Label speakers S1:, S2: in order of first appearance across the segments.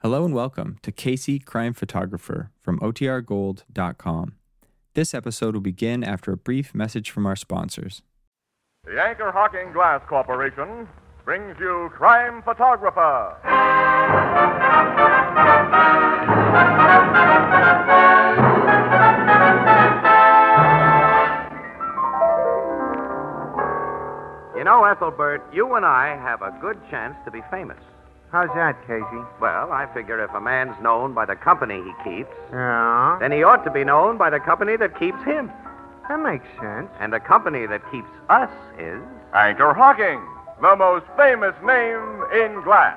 S1: Hello and welcome to Casey Crime Photographer from OTRGold.com. This episode will begin after a brief message from our sponsors.
S2: The Anchor Hawking Glass Corporation brings you Crime Photographer.
S3: You know, Ethelbert, you and I have a good chance to be famous.
S4: How's that, Casey?
S3: Well, I figure if a man's known by the company he keeps,
S4: Yeah.
S3: then he ought to be known by the company that keeps him.
S4: That makes sense.
S3: And the company that keeps us is.
S2: Anchor Hawking, the most famous name in glass.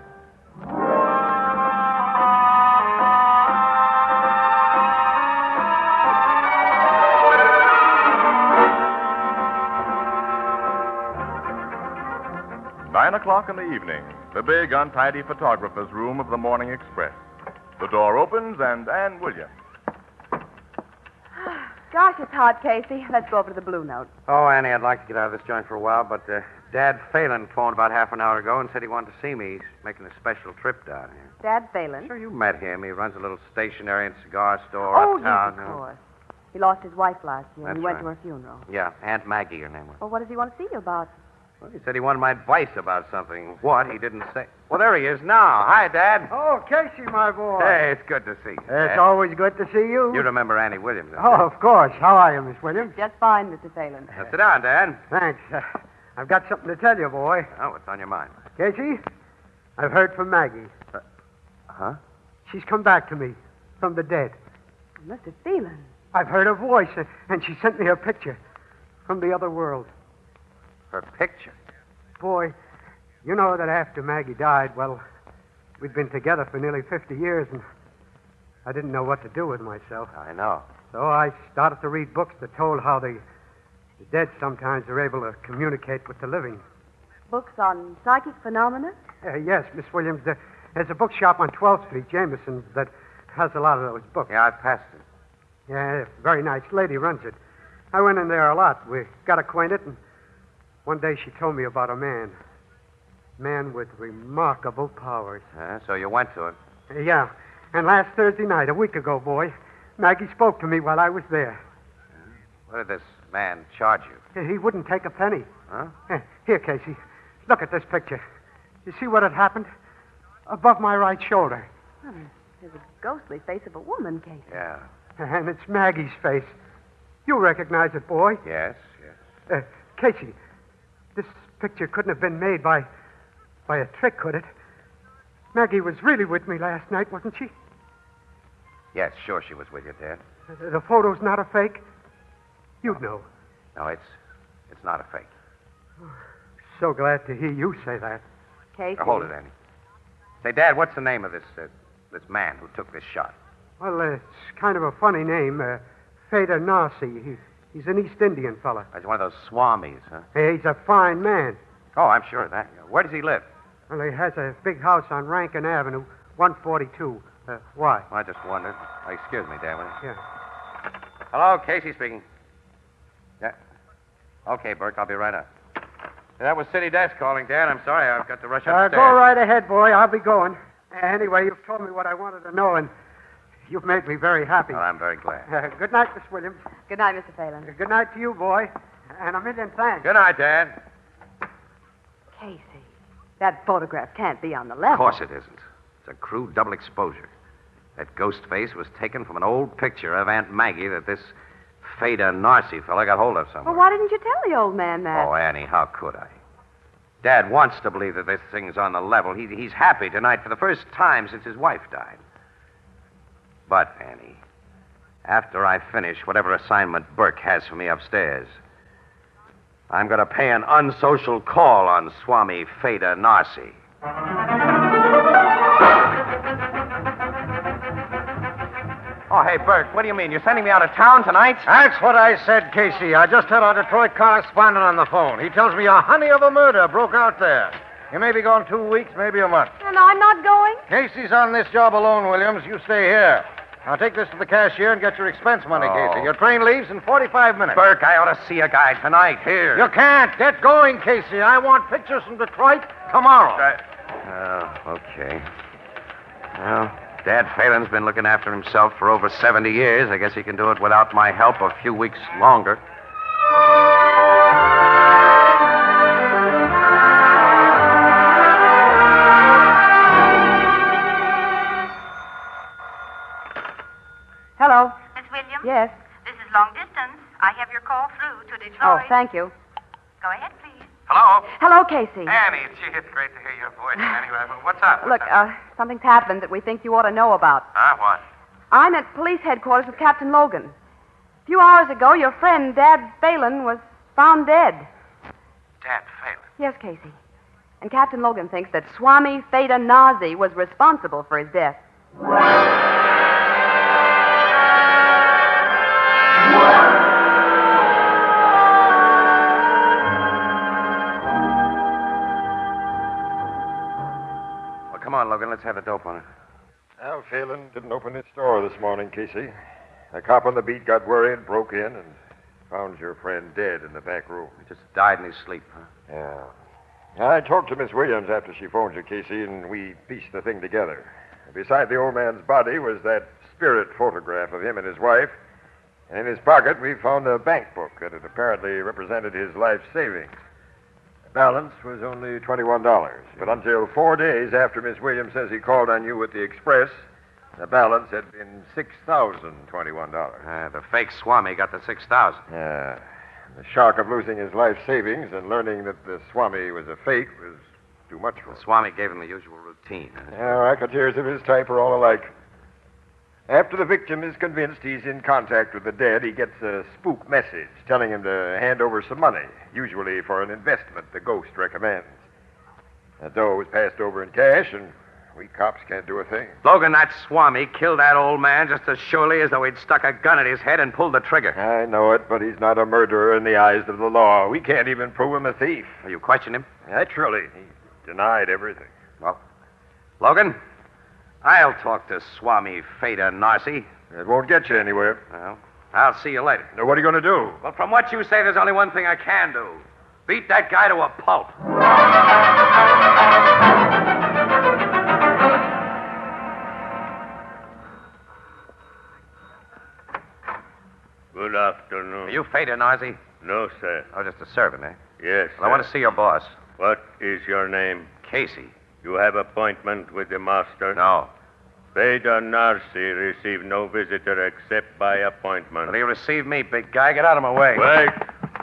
S2: Nine o'clock in the evening, the big, untidy photographer's room of the Morning Express. The door opens, and Ann Williams.
S5: Gosh, it's hot, Casey. Let's go over to the Blue Note.
S3: Oh, Annie, I'd like to get out of this joint for a while, but uh, Dad Phelan phoned about half an hour ago and said he wanted to see me. He's making a special trip down here.
S5: Dad Phelan.
S3: Sure, you met him. He runs a little stationery and cigar store
S5: oh, yes, of
S3: uptown. uh,
S5: course. He lost his wife last year, and
S3: That's
S5: he went to
S3: right.
S5: her funeral.
S3: Yeah, Aunt Maggie, her name was.
S5: Well, what does he want to see you about?
S3: Well, he said he wanted my advice about something. What? He didn't say. Well, there he is now. Hi, Dad.
S4: Oh, Casey, my boy.
S3: Hey, it's good to see you.
S4: It's
S3: Dad.
S4: always good to see you.
S3: Uh, You remember Annie Williams? don't
S4: Oh,
S3: you?
S4: of course. How are you, Miss Williams?
S5: Just fine, Mr. Phelan.
S3: Now, sit down, Dad.
S4: Thanks. Uh, I've got something to tell you, boy.
S3: Oh, what's on your mind? Uh,
S4: Casey, I've heard from Maggie.
S3: Huh?
S4: She's come back to me from the dead.
S5: Mr. Phelan.
S4: I've heard her voice, and- and she sent me her picture from the other world.
S3: Her picture.
S4: Boy, you know that after Maggie died, well, we'd been together for nearly 50 years, and I didn't know what to do with myself.
S3: oh, I know.
S4: So I started to read books that told how the, the dead sometimes are able to communicate with the living.
S5: Books on psychic phenomena?
S4: Uh, yes, Miss Williams, there, there's a bookshop on 12th Street, Jameson's, that has a lot of those books.
S3: Yeah, I passed it.
S4: Yeah, a very nice lady runs it. I went in there a lot. We got acquainted, and one day she told me about a man. Man with remarkable powers.
S3: Huh? So you went to it.
S4: Uh, yeah, and last Thursday night, a week ago, boy, Maggie spoke to me while I was there.
S3: What did this man charge you?
S4: He wouldn't take a penny.
S3: Huh?
S4: Here, Here, Casey. Look at this picture. You see what had happened? Above my right shoulder.
S5: Oh, there's a ghostly face of a woman, Casey.
S3: Yeah.
S4: And it's Maggie's face. You recognize it, boy.
S3: Yes, yes.
S4: Uh, Casey, this picture couldn't have been made by, by a trick, could it? Maggie was really with me last night, wasn't she?
S3: Yes, sure she was with you, Dad.
S4: Uh, The photo's not a fake. You'd know.
S3: No, it's it's not a fake.
S4: So glad to hear you say that.
S5: Casey.
S3: Now, hold it, Annie. Say, Dad, what's the name of this uh, this man who took this shot?
S4: Well, uh, it's kind of a funny name. Uh, Feder Narsi. He, he's an East Indian fella.
S3: It's one of those swamis, huh?
S4: Hey, He's a fine man.
S3: Oh, I'm sure of that. Yeah. Where does he live?
S4: Well, he has a big house on Rankin Avenue, 142. Uh, why?
S3: Well, I just wondered. Oh, excuse me, Dad. Will you?
S4: Yeah.
S3: Hello, Casey speaking. Yeah. Okay, Burke, I'll be right up. That was City Desk calling, Dad. I'm sorry, I've got to rush
S4: Uh,
S3: upstairs.
S4: go right ahead, boy. I'll be going. Anyway, you've told me what I wanted to know, and you've made me very happy.
S3: Well, I'm very glad.
S4: Uh, good night, Miss Williams.
S5: Good night, Mr.
S4: Uh,
S5: Phelan.
S4: good night to you, boy. And a million thanks.
S3: Good night, Dad.
S5: Casey. That photograph can't be on the
S3: Of
S5: left.
S3: course it isn't. It's a crude double exposure. That ghost face was taken from an old picture of Aunt Maggie that this Fada Narcy fella got hold of somewhere.
S5: Well, why didn't you tell the old man that?
S3: Oh, Annie, how could I? Dad wants to believe that this thing's on the level. He, he's happy tonight for the first time since his wife died. But, Annie, after I finish whatever assignment Burke has for me upstairs. I'm going to pay an unsocial call on Swami Feda Narsi. Oh, hey, Burke, what do you mean? You're sending me out of town tonight?
S6: That's what I said, Casey. I just had our Detroit correspondent on the phone. He tells me a honey of a murder broke out there. You may be gone two weeks, maybe a month.
S5: And I'm not going?
S6: Casey's on this job alone, Williams. You stay here. Now take this to the cashier and get your expense money,
S3: Oh.
S6: Casey. Your train leaves in 45 minutes.
S3: Burke, I ought to see a guy tonight. Here.
S6: You can't. Get going, Casey. I want pictures from Detroit tomorrow.
S3: Oh, okay. Well, Dad Phelan's been looking after himself for over 70 years. I guess he can do it without my help a few weeks longer.
S5: Hello.
S7: Miss Williams?
S5: Yes.
S7: This is long distance. I have your call through to
S5: Oh,
S7: Detroit.
S5: thank you.
S7: Go ahead, please.
S3: Hello?
S5: Hello, Casey.
S3: Annie, gee, it's great to hear your voice. Anyway, what's up?
S5: Look, uh, something's happened that we think you ought to know about.
S3: Huh? What?
S5: I'm at police headquarters with Captain Logan. A few hours ago, your friend, Dad Balin, was found dead.
S3: Dad Phelan.
S5: Yes, Casey. And Captain Logan thinks that Swami Feda Nazi was responsible for his death.
S3: Well, come on, Logan. Let's have a dope on it.
S8: Al Phelan didn't open his store this morning, Casey. A cop on the beat got worried, broke in, and found your friend dead in the back room.
S3: He just died in his sleep. Huh?
S8: Yeah. I talked to Miss Williams after she phoned you, Casey, and we pieced the thing together. Beside the old man's body was that spirit photograph of him and his wife. And in his pocket, we found a bank book that had apparently represented his life savings. The balance was only $21. But until four days after Miss Williams says he called on you with the express, the balance had been $6,021.
S3: Uh, the fake Swami got the 6000
S8: Yeah. Uh, The shock of losing his life savings and learning that the Swami was a fake was too much for
S3: The
S8: him.
S3: Swami gave him the usual routine. huh?
S8: Yeah, racketeers of his type are all alike. After the victim is convinced he's in contact with the dead, he gets a spook message telling him to hand over some money, usually for an investment the ghost recommends. That dough was passed over in cash, and we cops can't do a thing.
S3: Logan, that Swami killed that old man just as surely as though he'd stuck a gun at his head and pulled the trigger.
S8: I know it, but he's not a murderer in the eyes of the law. We can't even prove him a thief.
S3: You questioned him?
S8: Naturally, he denied everything.
S3: Logan, I'll talk to Swami Feda Narsi.
S8: It won't get you anywhere.
S3: Well, I'll see you later.
S8: Now, what are you going to do?
S3: Well, from what you say, there's only one thing I can do beat that guy to a pulp.
S9: Good afternoon.
S3: Are you Feda Narsi?
S9: No, sir.
S3: Oh, just a servant, eh?
S9: Yes.
S3: Well, I want to
S9: sir.
S3: see your boss,
S9: What is your name?
S3: Casey.
S9: You have appointment with the master.
S3: No.
S9: Veda Narsi received no visitor except by appointment.
S3: Will you receive me, big guy? Get out of my way.
S9: Wait.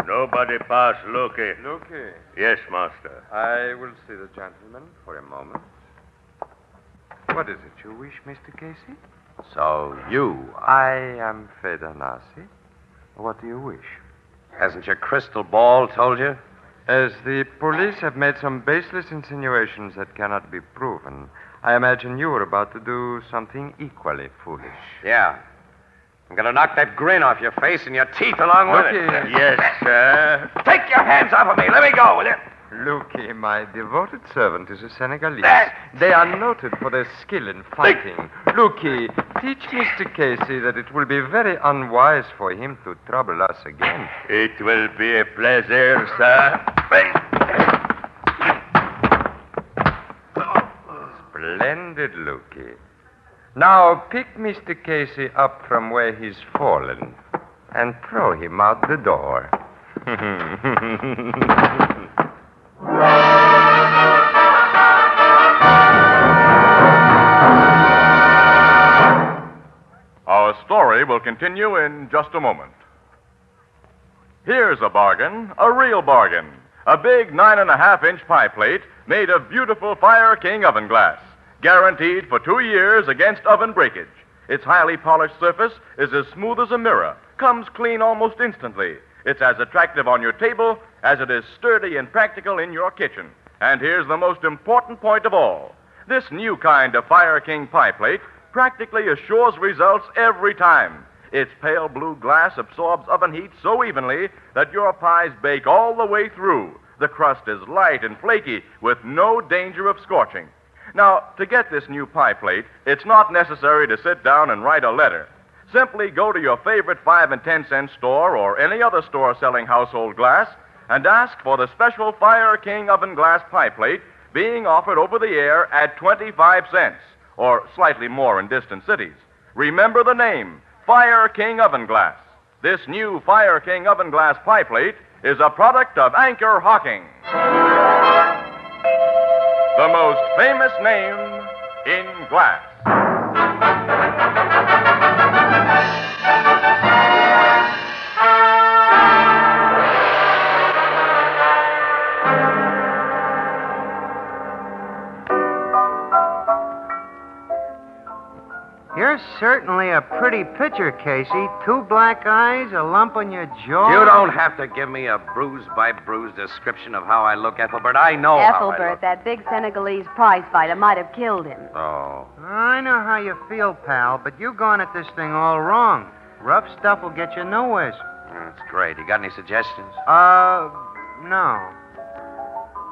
S9: Nobody pass Loki.
S6: Okay.
S9: Yes, master.
S6: I will see the gentleman.
S3: For a moment.
S6: What is it you wish, Mr. Casey?
S3: So you
S6: I am Feda Nasi. What do you wish?
S3: hasn't your crystal ball told you?
S6: As the police have made some baseless insinuations that cannot be proven, I imagine you are about to do something equally foolish.
S3: Yeah. I'm gonna knock that grin off your face and your teeth along with it.
S6: Loki,
S9: Yes, sir.
S3: Take your hands off of me. Let me go, will you?
S6: Loki, my devoted servant, is a Senegalese.
S9: Eh.
S3: That-
S6: They are noted for their skill in fighting. Loki, teach Mr. Casey that it will be very unwise for him to trouble us again.
S9: It will be a pleasure, sir.
S6: Splendid, Loki. Now pick Mr. Casey up from where he's fallen and throw him out the door.
S2: Our story will continue in just a moment. Here's a bargain, a real bargain. A big nine and a half inch pie plate made of beautiful Fire King oven glass, guaranteed for two years against oven breakage. Its highly polished surface is as smooth as a mirror, comes clean almost instantly. It's as attractive on your table as it is sturdy and practical in your kitchen. And here's the most important point of all this new kind of Fire King pie plate practically assures results every time. Its pale blue glass absorbs oven heat so evenly that your pies bake all the way through. The crust is light and flaky with no danger of scorching. Now, to get this new pie plate, it's not necessary to sit down and write a letter. Simply go to your favorite 5 and 10 cent store or any other store selling household glass and ask for the special Fire King oven glass pie plate being offered over the air at 25 cents or slightly more in distant cities. Remember the name Fire King Oven Glass. This new Fire King Oven Glass pie plate is a product of Anchor Hawking. The most famous name in glass.
S10: You're certainly a pretty picture, Casey. Two black eyes, a lump on your jaw.
S3: You don't have to give me a bruise by bruise description of how I look, Ethelbert. Oh, I know how I
S5: Ethelbert,
S3: look.
S5: that big Senegalese prize fighter, might have killed him.
S3: Oh,
S10: I know how you feel, pal, but you're going at this thing all wrong. Rough stuff will get you nowheres.
S3: that's great. You got any suggestions?
S10: Uh, no.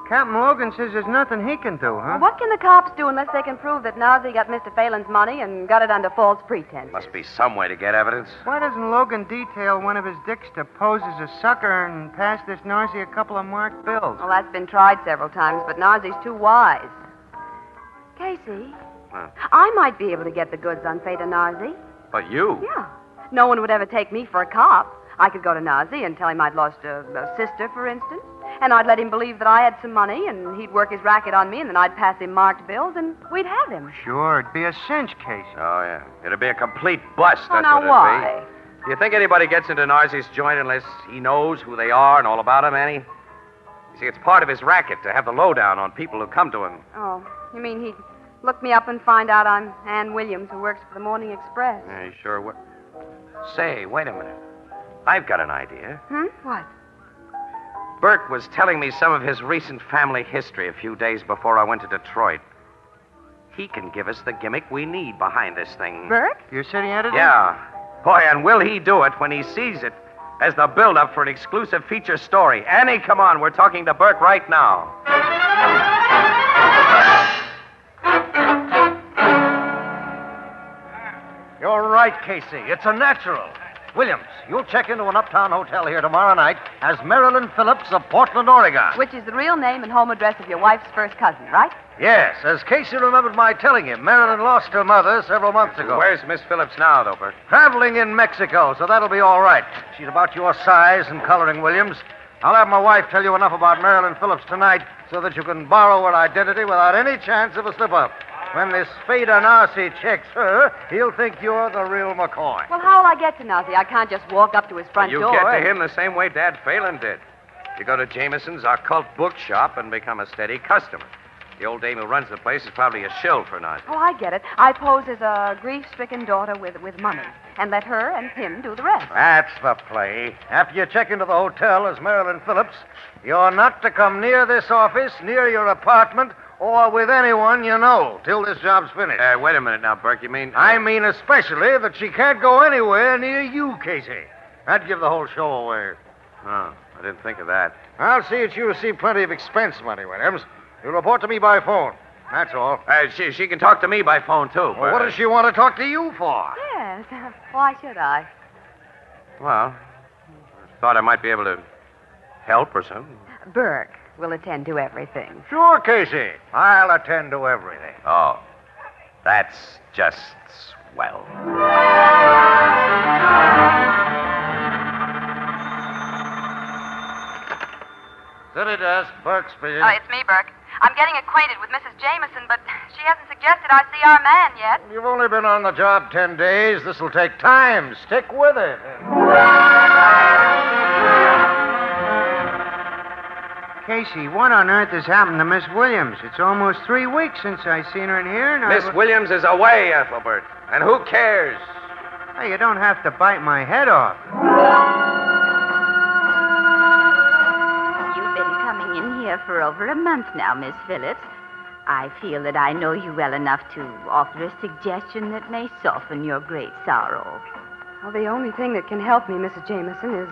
S10: Captain Logan says there's nothing he can do, huh?
S5: What can the cops do unless they can prove that Nazi got Mr. Phelan's money and got it under false pretense?
S3: Must be some way to get evidence.
S10: Why doesn't Logan detail one of his dicks to pose as a sucker and pass this Nazi a couple of marked bills?
S5: Well, that's been tried several times, but Nazi's too wise. Casey,
S3: Huh.
S5: I might be able to get the goods on Feta Nazi.
S3: But you?
S5: Yeah. No one would ever take me for a cop. I could go to Nazi and tell him I'd lost a, a sister, for instance, and I'd let him believe that I had some money, and he'd work his racket on me, and then I'd pass him marked bills, and we'd have him.
S10: Sure, it'd be a cinch, Casey.
S3: Oh, yeah. It'd be a complete bust.
S5: oh,
S3: That's
S5: now
S3: what it'd
S5: why?
S3: be. Do you think anybody gets into Narzi's joint unless he knows who they are and all about him, Annie? You see, it's part of his racket to have the lowdown on people who come to him.
S5: Oh, you mean he'd look me up and find out I'm Ann Williams, who works for the Morning Express?
S3: Yeah, he sure would. Say, wait a minute. I've got an idea.
S5: Hmm? What?
S3: Burke was telling me some of his recent family history a few days before I went to Detroit. He can give us the gimmick we need behind this thing.
S5: Burke?
S10: Your city editor?
S3: Yeah. Boy, and will he do it when he sees it as the build-up for an exclusive feature story. Annie, come on. We're talking to Burke right now.
S11: You're right, Casey. It's a natural. Williams, you'll check into an uptown hotel here tomorrow night as Marilyn Phillips of Portland, Oregon.
S5: Which is the real name and home address of your wife's first cousin, right?
S11: Yes, as Casey remembered my telling him, Marilyn lost her mother several months ago.
S3: Where's Miss Phillips now, though, Burke?
S11: Traveling in Mexico, so that'll be all right. She's about your size and coloring, Williams. I'll have my wife tell you enough about Marilyn Phillips tonight so that you can borrow her identity without any chance of a slip up. When this Fader Narcy checks her, he'll think you're the real McCoy.
S5: Well, how will I get to Nazi? I can't just walk up to his front
S3: you
S5: door.
S3: get to
S5: and-
S3: him the same way Dad Phelan did. You go to Jameson's occult bookshop and become a steady customer. The old dame who runs the place is probably a shill for Nazi.
S5: Oh, I get it. I pose as a grief-stricken daughter with, with money and let her and him do the rest.
S11: That's the play. After you check into the hotel as Marilyn Phillips, you're not to come near this office, near your apartment, or with anyone you know till this job's finished.
S3: Uh, wait a minute now, Burke. You mean
S11: I mean, especially that she can't go anywhere near you, Casey. That'd give the whole show away.
S3: Oh, I didn't think of that.
S11: I'll see that you receive plenty of expense money, Williams. You'll report to me by phone. That's all.
S3: Uh, she, she can talk to me by phone, too.
S11: Well, what does she want to talk to you for?
S5: Yes. Why should I?
S3: Well, I thought I might be able to help or something.
S5: Burke will attend to everything.
S11: Sure, Casey. I'll attend to everything.
S3: Oh, that's just swell.
S11: City desk, Burke speaking.
S7: Oh, it's me, Burke. I'm getting acquainted with Mrs. Jameson, but she hasn't suggested I see our man yet.
S11: You've only been on the job ten days. This'll take time. Stick with it.
S10: Casey, what on earth has happened to Miss Williams? It's almost three weeks since I seen her in here, and I.
S3: Miss
S10: wa-
S3: Williams is away, Ethelbert. And who cares?
S10: Hey, you don't have to bite my head off.
S12: You've been coming in here for over a month now, Miss Phillips. I feel that I know you well enough to offer a suggestion that may soften your great sorrow.
S5: Well, the only thing that can help me, Mrs. Jameson, is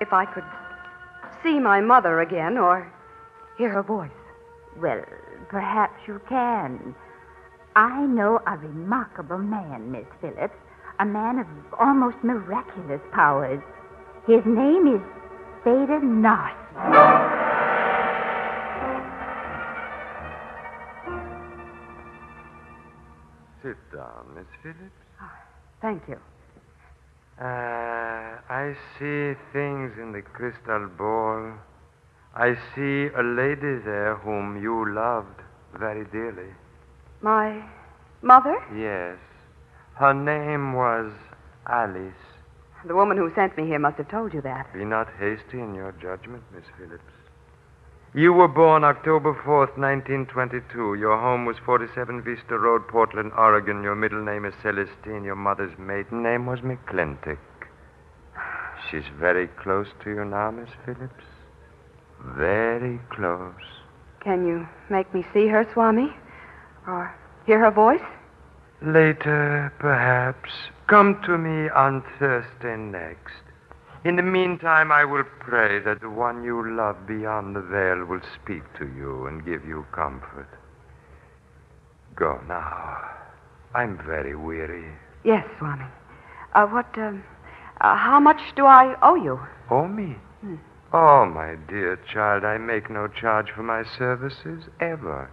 S5: if I could see my mother again or hear her voice.
S12: Well, perhaps you can. I know a remarkable man, Miss Phillips, a man of almost miraculous powers. His name is Theda Narcy.
S6: Sit down, Miss Phillips.
S5: Thank you.
S6: Uh, I see things in the crystal ball. I see a lady there whom you loved very dearly.
S5: My mother?
S6: Yes. Her name was Alice.
S5: The woman who sent me here must have told you that.
S6: Be not hasty in your judgment, Miss Phillips. You were born October 4th, 1922. Your home was 47 Vista Road, Portland, Oregon. Your middle name is Celestine. Your mother's maiden name was McClintock. She's very close to you now, Miss Phillips. Very close.
S5: Can you make me see her, Swami? Or hear her voice?
S6: Later, perhaps. Come to me on Thursday next. In the meantime, I will pray that the one you love beyond the veil will speak to you and give you comfort. Go now. I'm very weary.
S5: Yes, Swami. Uh, what, um, uh, how much do I owe you?
S6: Owe me?
S5: Hmm.
S6: Oh, my dear child, I make no charge for my services ever.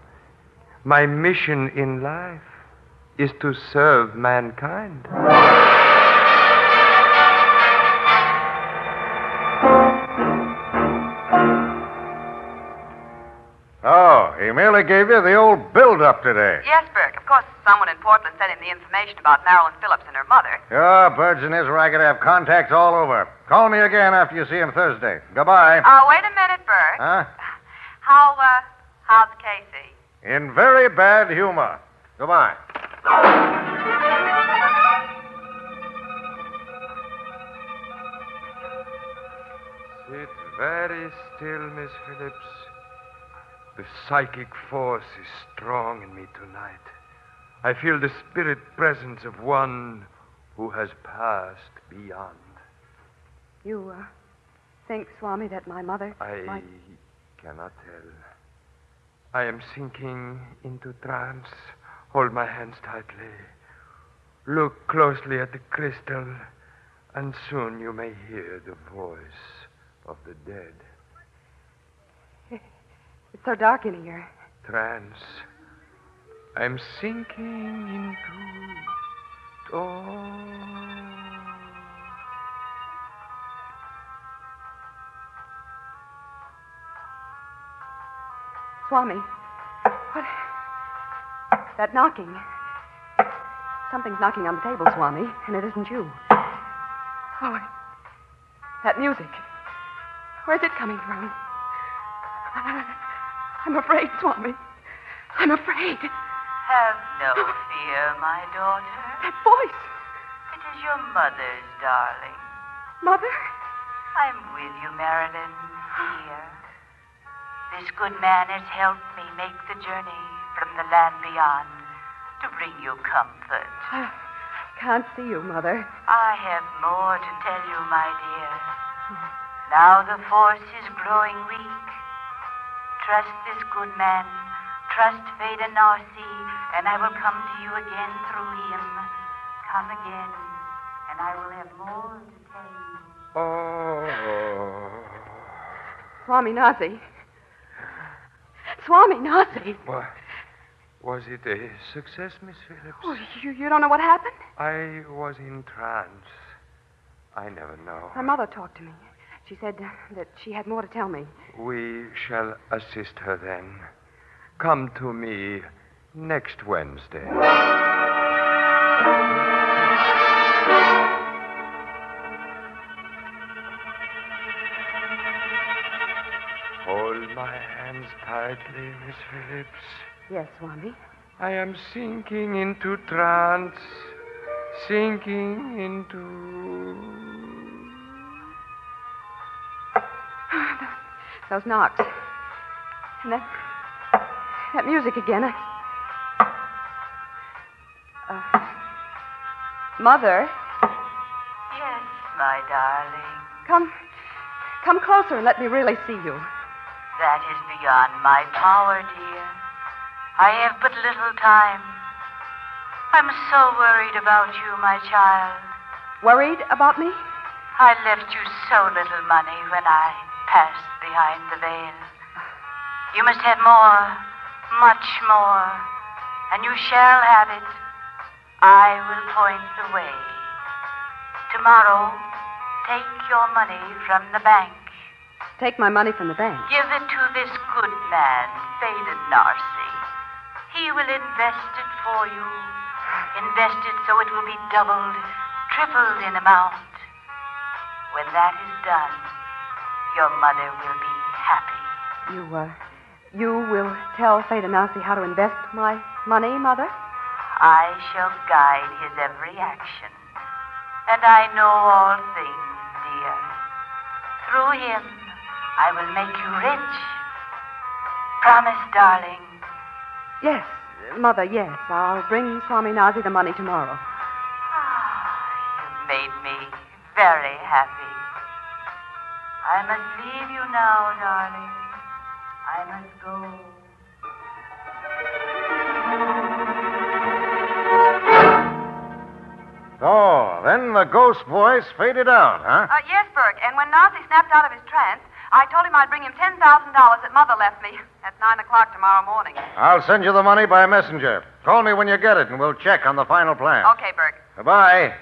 S6: My mission in life is to serve mankind.
S13: Oh, he merely gave you the old build-up today.
S7: Yes, Burke. Of course, someone in Portland sent him the information about Marilyn Phillips and her mother.
S11: Your birds in his racket have contacts all over. Call me again after you see him Thursday. Goodbye.
S7: Oh, wait a minute, Burke.
S11: Huh?
S7: How, uh, how's Casey?
S13: In very bad humor. Goodbye.
S6: Sit very still, Miss Phillips. The psychic force is strong in me tonight. I feel the spirit presence of one who has passed beyond.
S5: You uh, think, Swami, that my mother
S6: I
S5: might.
S6: cannot tell. I am sinking into trance. Hold my hands tightly. Look closely at the crystal, and soon you may hear the voice of the dead.
S5: It's so dark in here.
S6: Trance. I'm sinking into. Oh.
S5: Swami, what? That knocking. Something's knocking on the table, Swami, and it isn't you. Oh, I- that music. Where's it coming from? I- I'm afraid, Swami. I'm afraid.
S14: Have no fear, my daughter.
S5: That voice.
S14: It is your mother's, darling.
S5: Mother?
S14: I'm with you, Marilyn, dear. This good man has helped me make the journey from the land beyond to bring you comfort.
S5: I can't see you, Mother.
S14: I have more to tell you, my dear. Now the force is growing weak. Trust this good man. Trust Veda Narsi, and I will come to you again through him. Come again, and I will have more to tell you.
S6: Oh.
S5: Swami Nasi. Swami Nasi.
S6: What? Was it a success, Miss Phillips?
S5: Oh, you, you don't know what happened?
S6: I was in trance. I never know.
S5: My mother talked to me. She said uh, that she had more to tell me.
S6: We shall assist her then. Come to me next Wednesday. Hold my hands tightly, Miss Phillips.
S5: Yes, Swami.
S6: I am sinking into trance, sinking into.
S5: Those knocks. And that. That music again. I... Uh, Mother,
S14: Yes, my darling.
S5: come. Come closer and let me really see you.
S14: That is beyond my power, dear. I have but little time. I'm so worried about you, my child.
S5: Worried about me?
S14: I left you so little money when I passed behind the veil. You must have more, much more, and you shall have it. I will point the way. Tomorrow, take your money from the bank.
S5: Take my money from the bank.
S14: Give it to this good man, Faden Narcy. He will invest it for you. Invest it so it will be doubled, tripled in amount. When that is done, your mother will be happy.
S5: You, uh, you will tell Feta Nasi how to invest my money, Mother?
S14: I shall guide his every action. And I know all things, dear. Through him, I will make you rich. Promise, darling.
S5: Yes, Mother, yes. I'll bring Swami Nazi the money tomorrow.
S14: You made me very happy. I must leave you now, darling. I must go.
S11: Oh, then the ghost voice faded out, huh?
S7: Uh, yes, Burke. And when Nazi snapped out of his trance, I told him I'd bring him $10,000 that Mother left me at 9 o'clock tomorrow morning.
S11: I'll send you the money by messenger. Call me when you get it, and we'll check on the final plan.
S3: Uh,
S7: Okay, Burke.
S11: Goodbye.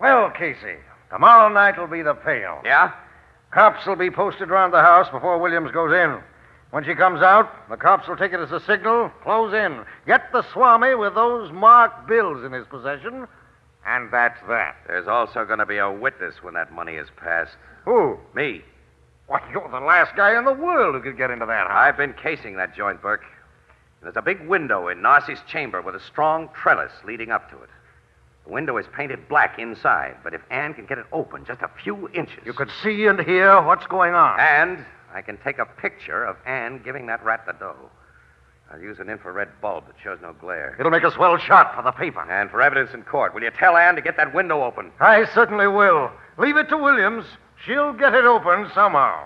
S11: Well, Casey, tomorrow night will be the payoff.
S3: Yeah?
S11: Cops will be posted around the house before Williams goes in. When she comes out, the cops will take it as a signal, close in, get the Swami with those marked bills in his possession, and that's that.
S3: There's also going to be a witness when that money is passed.
S11: Who?
S3: Me.
S11: Why, you're the last guy in the world who could get into that house.
S3: I've been casing that joint, Burke. There's a big window in Narcy's chamber with a strong trellis leading up to it. The window is painted black inside, but if Anne can get it open just a few inches. You
S11: could see and hear what's going on.
S3: And I can take a picture of Anne giving that rat the dough. I'll use an infrared bulb that shows no glare.
S11: It'll make a swell shot for the paper.
S3: And for evidence in court, will you tell Anne to get that window open?
S11: I certainly will. Leave it to Williams. She'll get it open somehow.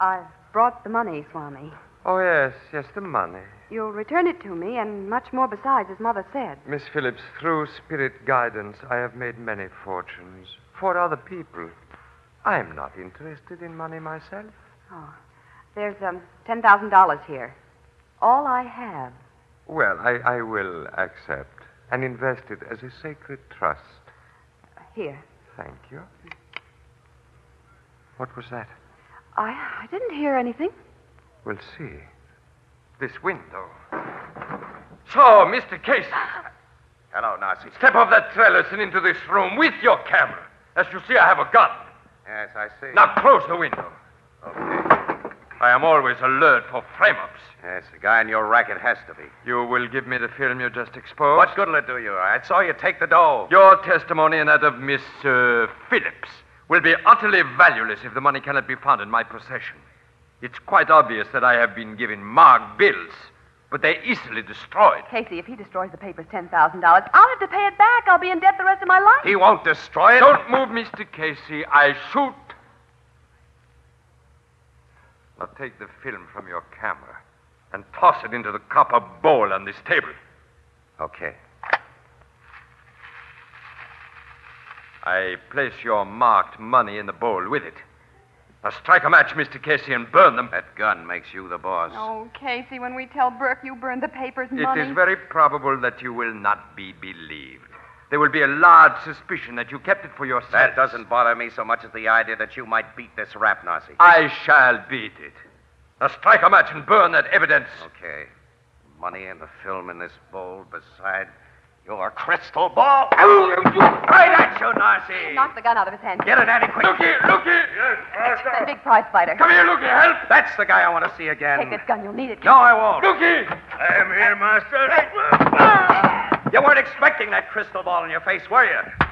S5: I've brought the money, Swami.
S6: Oh, yes, yes, the money.
S5: You'll return it to me, and much more besides, as Mother said.
S6: Miss Phillips, through spirit guidance, I have made many fortunes for other people. I'm not interested in money myself.
S5: Oh, there's um, $10,000 here. All I have.
S6: Well, I, I will accept and invest it as a sacred trust.
S5: Here.
S6: Thank you. What was that?
S5: I, I didn't hear anything.
S6: We'll see. This window. So, Mr. Casey.
S3: Hello, Narcy.
S15: Step off that trellis and into this room with your camera. As you see, I have a gun.
S3: Yes, I see.
S15: Now close the window. I am always alert for frame ups.
S3: Yes, the guy in your racket has to be.
S6: You will give me the film you just exposed?
S3: What good'll it do you? I saw you take the dough.
S15: Your testimony and that of Miss uh, Phillips will be utterly valueless if the money cannot be found in my possession. It's quite obvious that I have been given marked bills, but they're easily destroyed.
S5: Casey, if he destroys the papers $10,000, I'll have to pay it back. I'll be in debt the rest of my life.
S3: He won't destroy it.
S15: Don't move, Mr. Casey. I shoot. Now take the film from your camera and toss it into the copper bowl on this table.
S3: Okay.
S15: I place your marked money in the bowl with it. Now strike a match, Mr. Casey, and burn them.
S3: That gun makes you the boss.
S5: Oh, Casey, when we tell Burke you burned the papers,
S15: It is very probable that you will not be believed. There will be a large suspicion that you kept it for yourself.
S3: That doesn't bother me so much as the idea that you might beat this rap, Narcy.
S15: I shall beat it. Now strike a match and burn that evidence.
S3: Okay. Money and the film in this bowl. Beside, Your crystal ball. Right at you, Narcy.
S5: Knock the gun out of his hand.
S3: Get it, Annie, quick. Looky, looky.
S5: That big prize fighter.
S3: Come here, Looky, help. That's the guy I want to see again.
S5: Take this gun. You'll need it.
S3: No, I won't.
S5: Looky.
S3: I am here, master. Ah! You weren't expecting that crystal ball in your face, were you?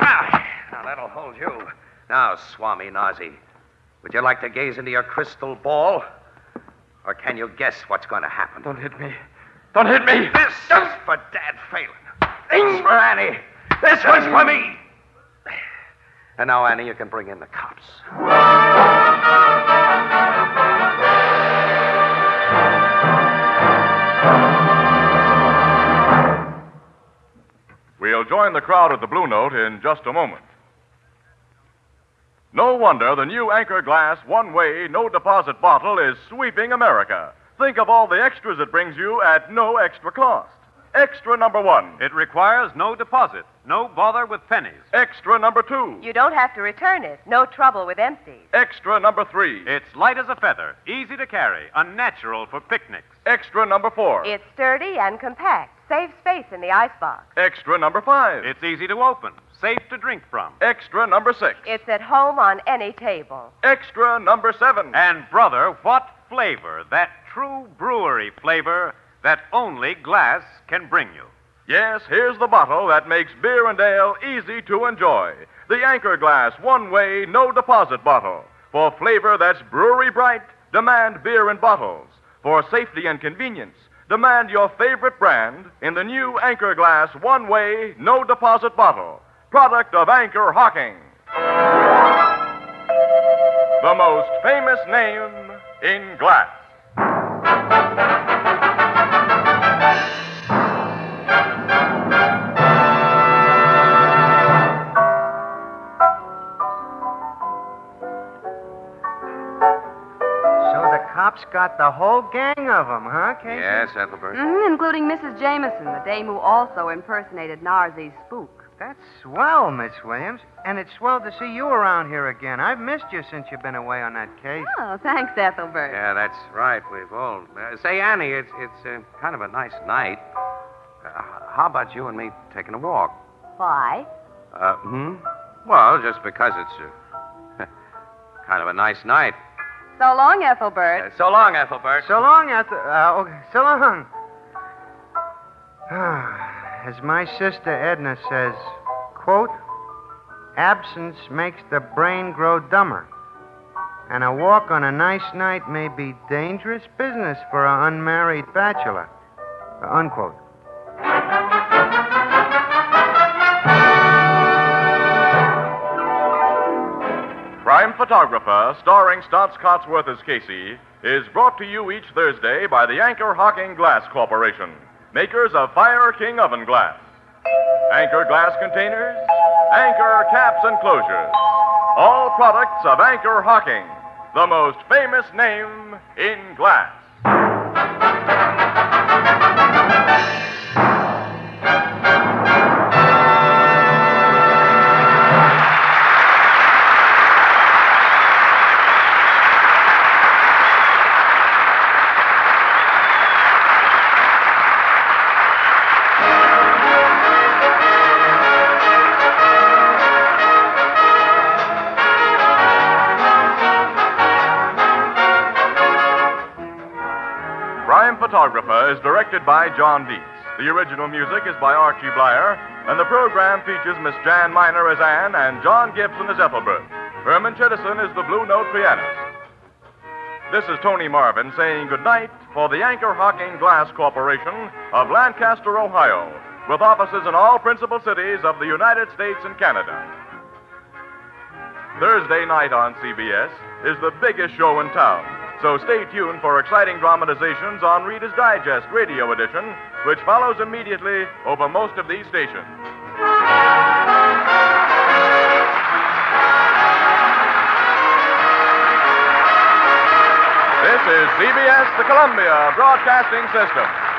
S3: Ah, now that'll hold you. Now, Swami Nazi, would you like to gaze into your crystal ball? Or can you guess what's going to happen? Don't hit me.
S15: Don't hit me.
S3: This is for Dad Phelan. This for Annie. This one's for me. And now, Annie, you can bring in the cops.
S2: We'll join the crowd at the Blue Note in just a moment. No wonder the new Anchor Glass one way, no deposit bottle is sweeping America. Think of all the extras it brings you at no extra cost. Extra number one. It requires no deposit, no bother with pennies. Extra number two.
S16: You don't have to return it. No trouble with empties.
S2: Extra number three.
S17: It's light as a feather, easy to carry, unnatural for picnics.
S2: Extra number four.
S16: It's sturdy and compact. Saves space in the icebox.
S2: Extra number five.
S17: It's easy to open, safe to drink from.
S2: Extra number six.
S16: It's at home on any table.
S2: Extra number seven.
S17: And, brother, what flavor, that true brewery flavor that only glass can bring you.
S2: Yes, here's the bottle that makes beer and ale easy to enjoy. The Anchor Glass one way, no deposit bottle. For flavor that's brewery bright, demand beer in bottles. For safety and convenience, demand your favorite brand in the new Anchor Glass one way, no deposit bottle. Product of Anchor Hocking. The most famous name in glass.
S10: So the cops got the whole gang of them, huh, Casey?
S3: Yes, Ethelbert.
S5: hmm including Mrs. Jameson, the dame who also impersonated Narzi's spook.
S10: That's swell, Miss Williams. And it's swell to see you around here again. I've missed you since you've been away on that case.
S5: Oh, thanks, Ethelbert.
S3: Yeah, that's right. We've all. Uh, say, Annie, it's, it's uh, kind of a nice night. Uh, how about you and me taking a walk?
S5: Why?
S3: Uh, hmm? Well, just because it's uh, kind of a nice night.
S5: So long, Ethelbert.
S3: So long, Ethelbert.
S10: So long, Ethel. Uh, okay, so long. Ah, As my sister Edna says, quote, absence makes the brain grow dumber. And a walk on a nice night may be dangerous business for an unmarried bachelor. Uh, unquote.
S2: Crime Photographer, starring Stotts Cotsworth as Casey, is brought to you each Thursday by the Anchor Hocking Glass Corporation, makers of Fire King Oven Glass. Anchor glass containers, anchor caps and closures. All products of Anchor Hocking, the most famous name in glass. Crime Photographer is directed by John Dietz. The original music is by Archie Blyer, and the program features Miss Jan Miner as Anne and John Gibson as Ethelbert. Herman Chittison is the Blue Note pianist. This is Tony Marvin saying goodnight for the Anchor Hocking Glass Corporation of Lancaster, Ohio, with offices in all principal cities of the United States and Canada. Thursday night on CBS is the biggest show in town, so stay tuned for exciting dramatizations on Reader's Digest Radio Edition, which follows immediately over most of these stations. This is CBS, the Columbia Broadcasting System.